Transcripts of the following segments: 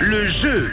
Le jeu.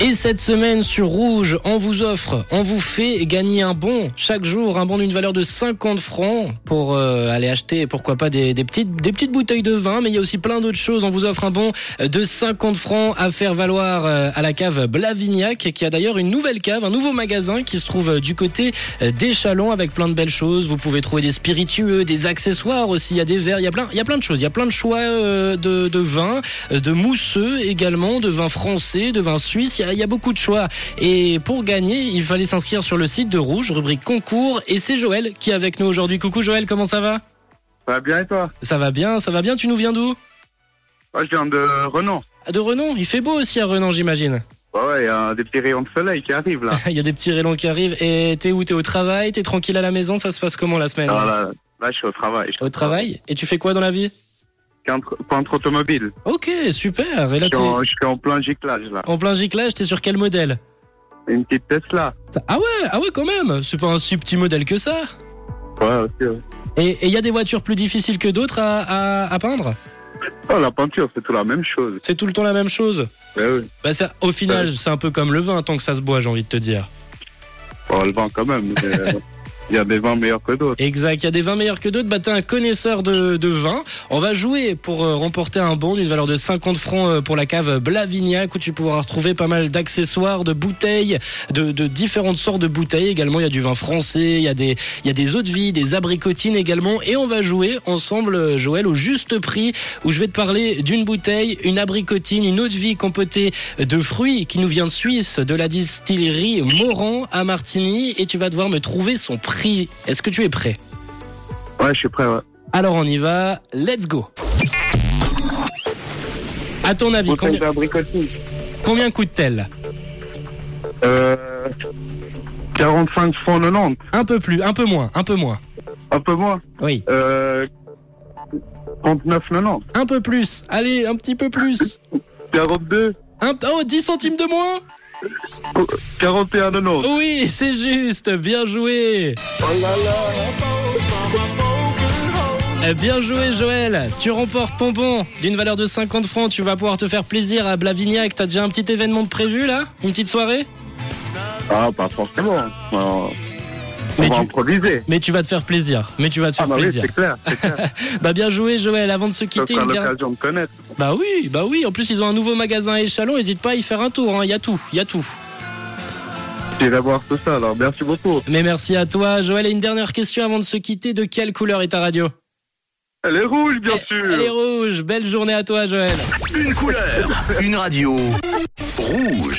Et cette semaine sur Rouge, on vous offre, on vous fait gagner un bon chaque jour, un bon d'une valeur de 50 francs pour euh, aller acheter, pourquoi pas, des, des, petites, des petites bouteilles de vin, mais il y a aussi plein d'autres choses. On vous offre un bon de 50 francs à faire valoir euh, à la cave Blavignac, qui a d'ailleurs une nouvelle cave, un nouveau magasin qui se trouve euh, du côté euh, des Chalons avec plein de belles choses. Vous pouvez trouver des spiritueux, des accessoires aussi, il y a des verres, il y a plein, il y a plein de choses, il y a plein de choix euh, de, de vins, euh, de mousseux également, de vins français, de vins suisses, il y a- il y, a beaucoup de choix. Et pour gagner, il fallait s'inscrire sur le site de Rouge, rubrique concours, et c'est Joël qui est avec nous aujourd'hui. Coucou Joël, comment ça va Ça va bien et toi Ça va bien, ça va bien, tu nous viens d'où Moi je viens de Renan. Ah, De Renan, il fait beau aussi à Renan j'imagine. Bah ouais, il y a des petits rayons de soleil qui arrivent là. Il y a des petits rélons qui arrivent, et t'es où T'es au travail T'es tranquille à la maison Ça se passe comment la semaine Alors là, là, je suis au travail. Je suis Au travail Et tu fais quoi dans la vie Peintre peintre automobile. Ok, super. Et là, Je suis, t'es en, je suis en plein giclage là. en plein giclage, t'es sur quel modèle Une petite Tesla. Ça- Ah ouais, ah ouais, quand même. C'est pas un si petit modèle que ça. Ouais, aussi. ouais. Et il y a des voitures plus difficiles que d'autres à, à- à peindre Oh, la peinture, c'est tout la même chose. C'est tout le temps la même chose. Ouais, oui. Bah ça, au final, c'est un peu comme le vin, tant que ça se boit, j'ai envie de te dire. Bon, le vent quand même. mais, euh, Il y a des vents meilleurs que d'autres. Exact, il y a des vins meilleurs que d'autres. Bah t'es un connaisseur de, de vin. On va jouer pour euh, remporter un bon d'une valeur de 50 francs euh, pour la cave Blavignac, où tu pourras retrouver pas mal d'accessoires, de bouteilles, de, de différentes sortes de bouteilles également. Il y a du vin français, il y a des, il y a des eaux de vie, des abricotines également. Et on va jouer ensemble, euh, Joël, au juste prix, où je vais te parler d'une bouteille, une abricotine, une eau de vie compotée de fruits qui nous vient de Suisse, de la distillerie Moran à Martigny. Et tu vas devoir me trouver son prix. Est-ce que tu es prêt Ouais, je suis prêt. Ouais. Alors on y va, let's go à ton avis, Bouteille combien, d'abricotine. combien coûte-t-elle Euh, 45 francs 90. Un peu plus, un peu moins, un peu moins. Un peu moins. Oui. Euh, 39 90. Un peu plus, allez, un petit peu plus. 42. Un, oh, 10 centimes de moins 41 90. Oui, c'est juste, bien joué Eh, Bien joué Joël, tu remportes ton bon d'une valeur de 50 francs, tu vas pouvoir te faire plaisir à Blavignac, t'as déjà un petit événement de prévu là Une petite soirée Oh. Ah, pas forcément. On Mais on va tu- improviser. Mais tu vas te faire plaisir, mais tu vas te faire Ah, bah oui, plaisir. c'est clair. C'est clair. Bah bien joué Joël, avant de se Ça quitter, sera une dernière- l'occasion de connaître. Bah oui, bah oui, en plus ils ont un nouveau magasin à échalon, n'hésite pas à y faire un tour, hein. il y a tout, il y a tout. J'irai voir tout ça, alors merci beaucoup. Mais merci à toi Joël, et une dernière question avant de se quitter, de quelle couleur est ta radio Elle est rouge, bien sûr. Eh, Elle est rouge, belle journée à toi Joël Une couleur. Une radio. Rouge.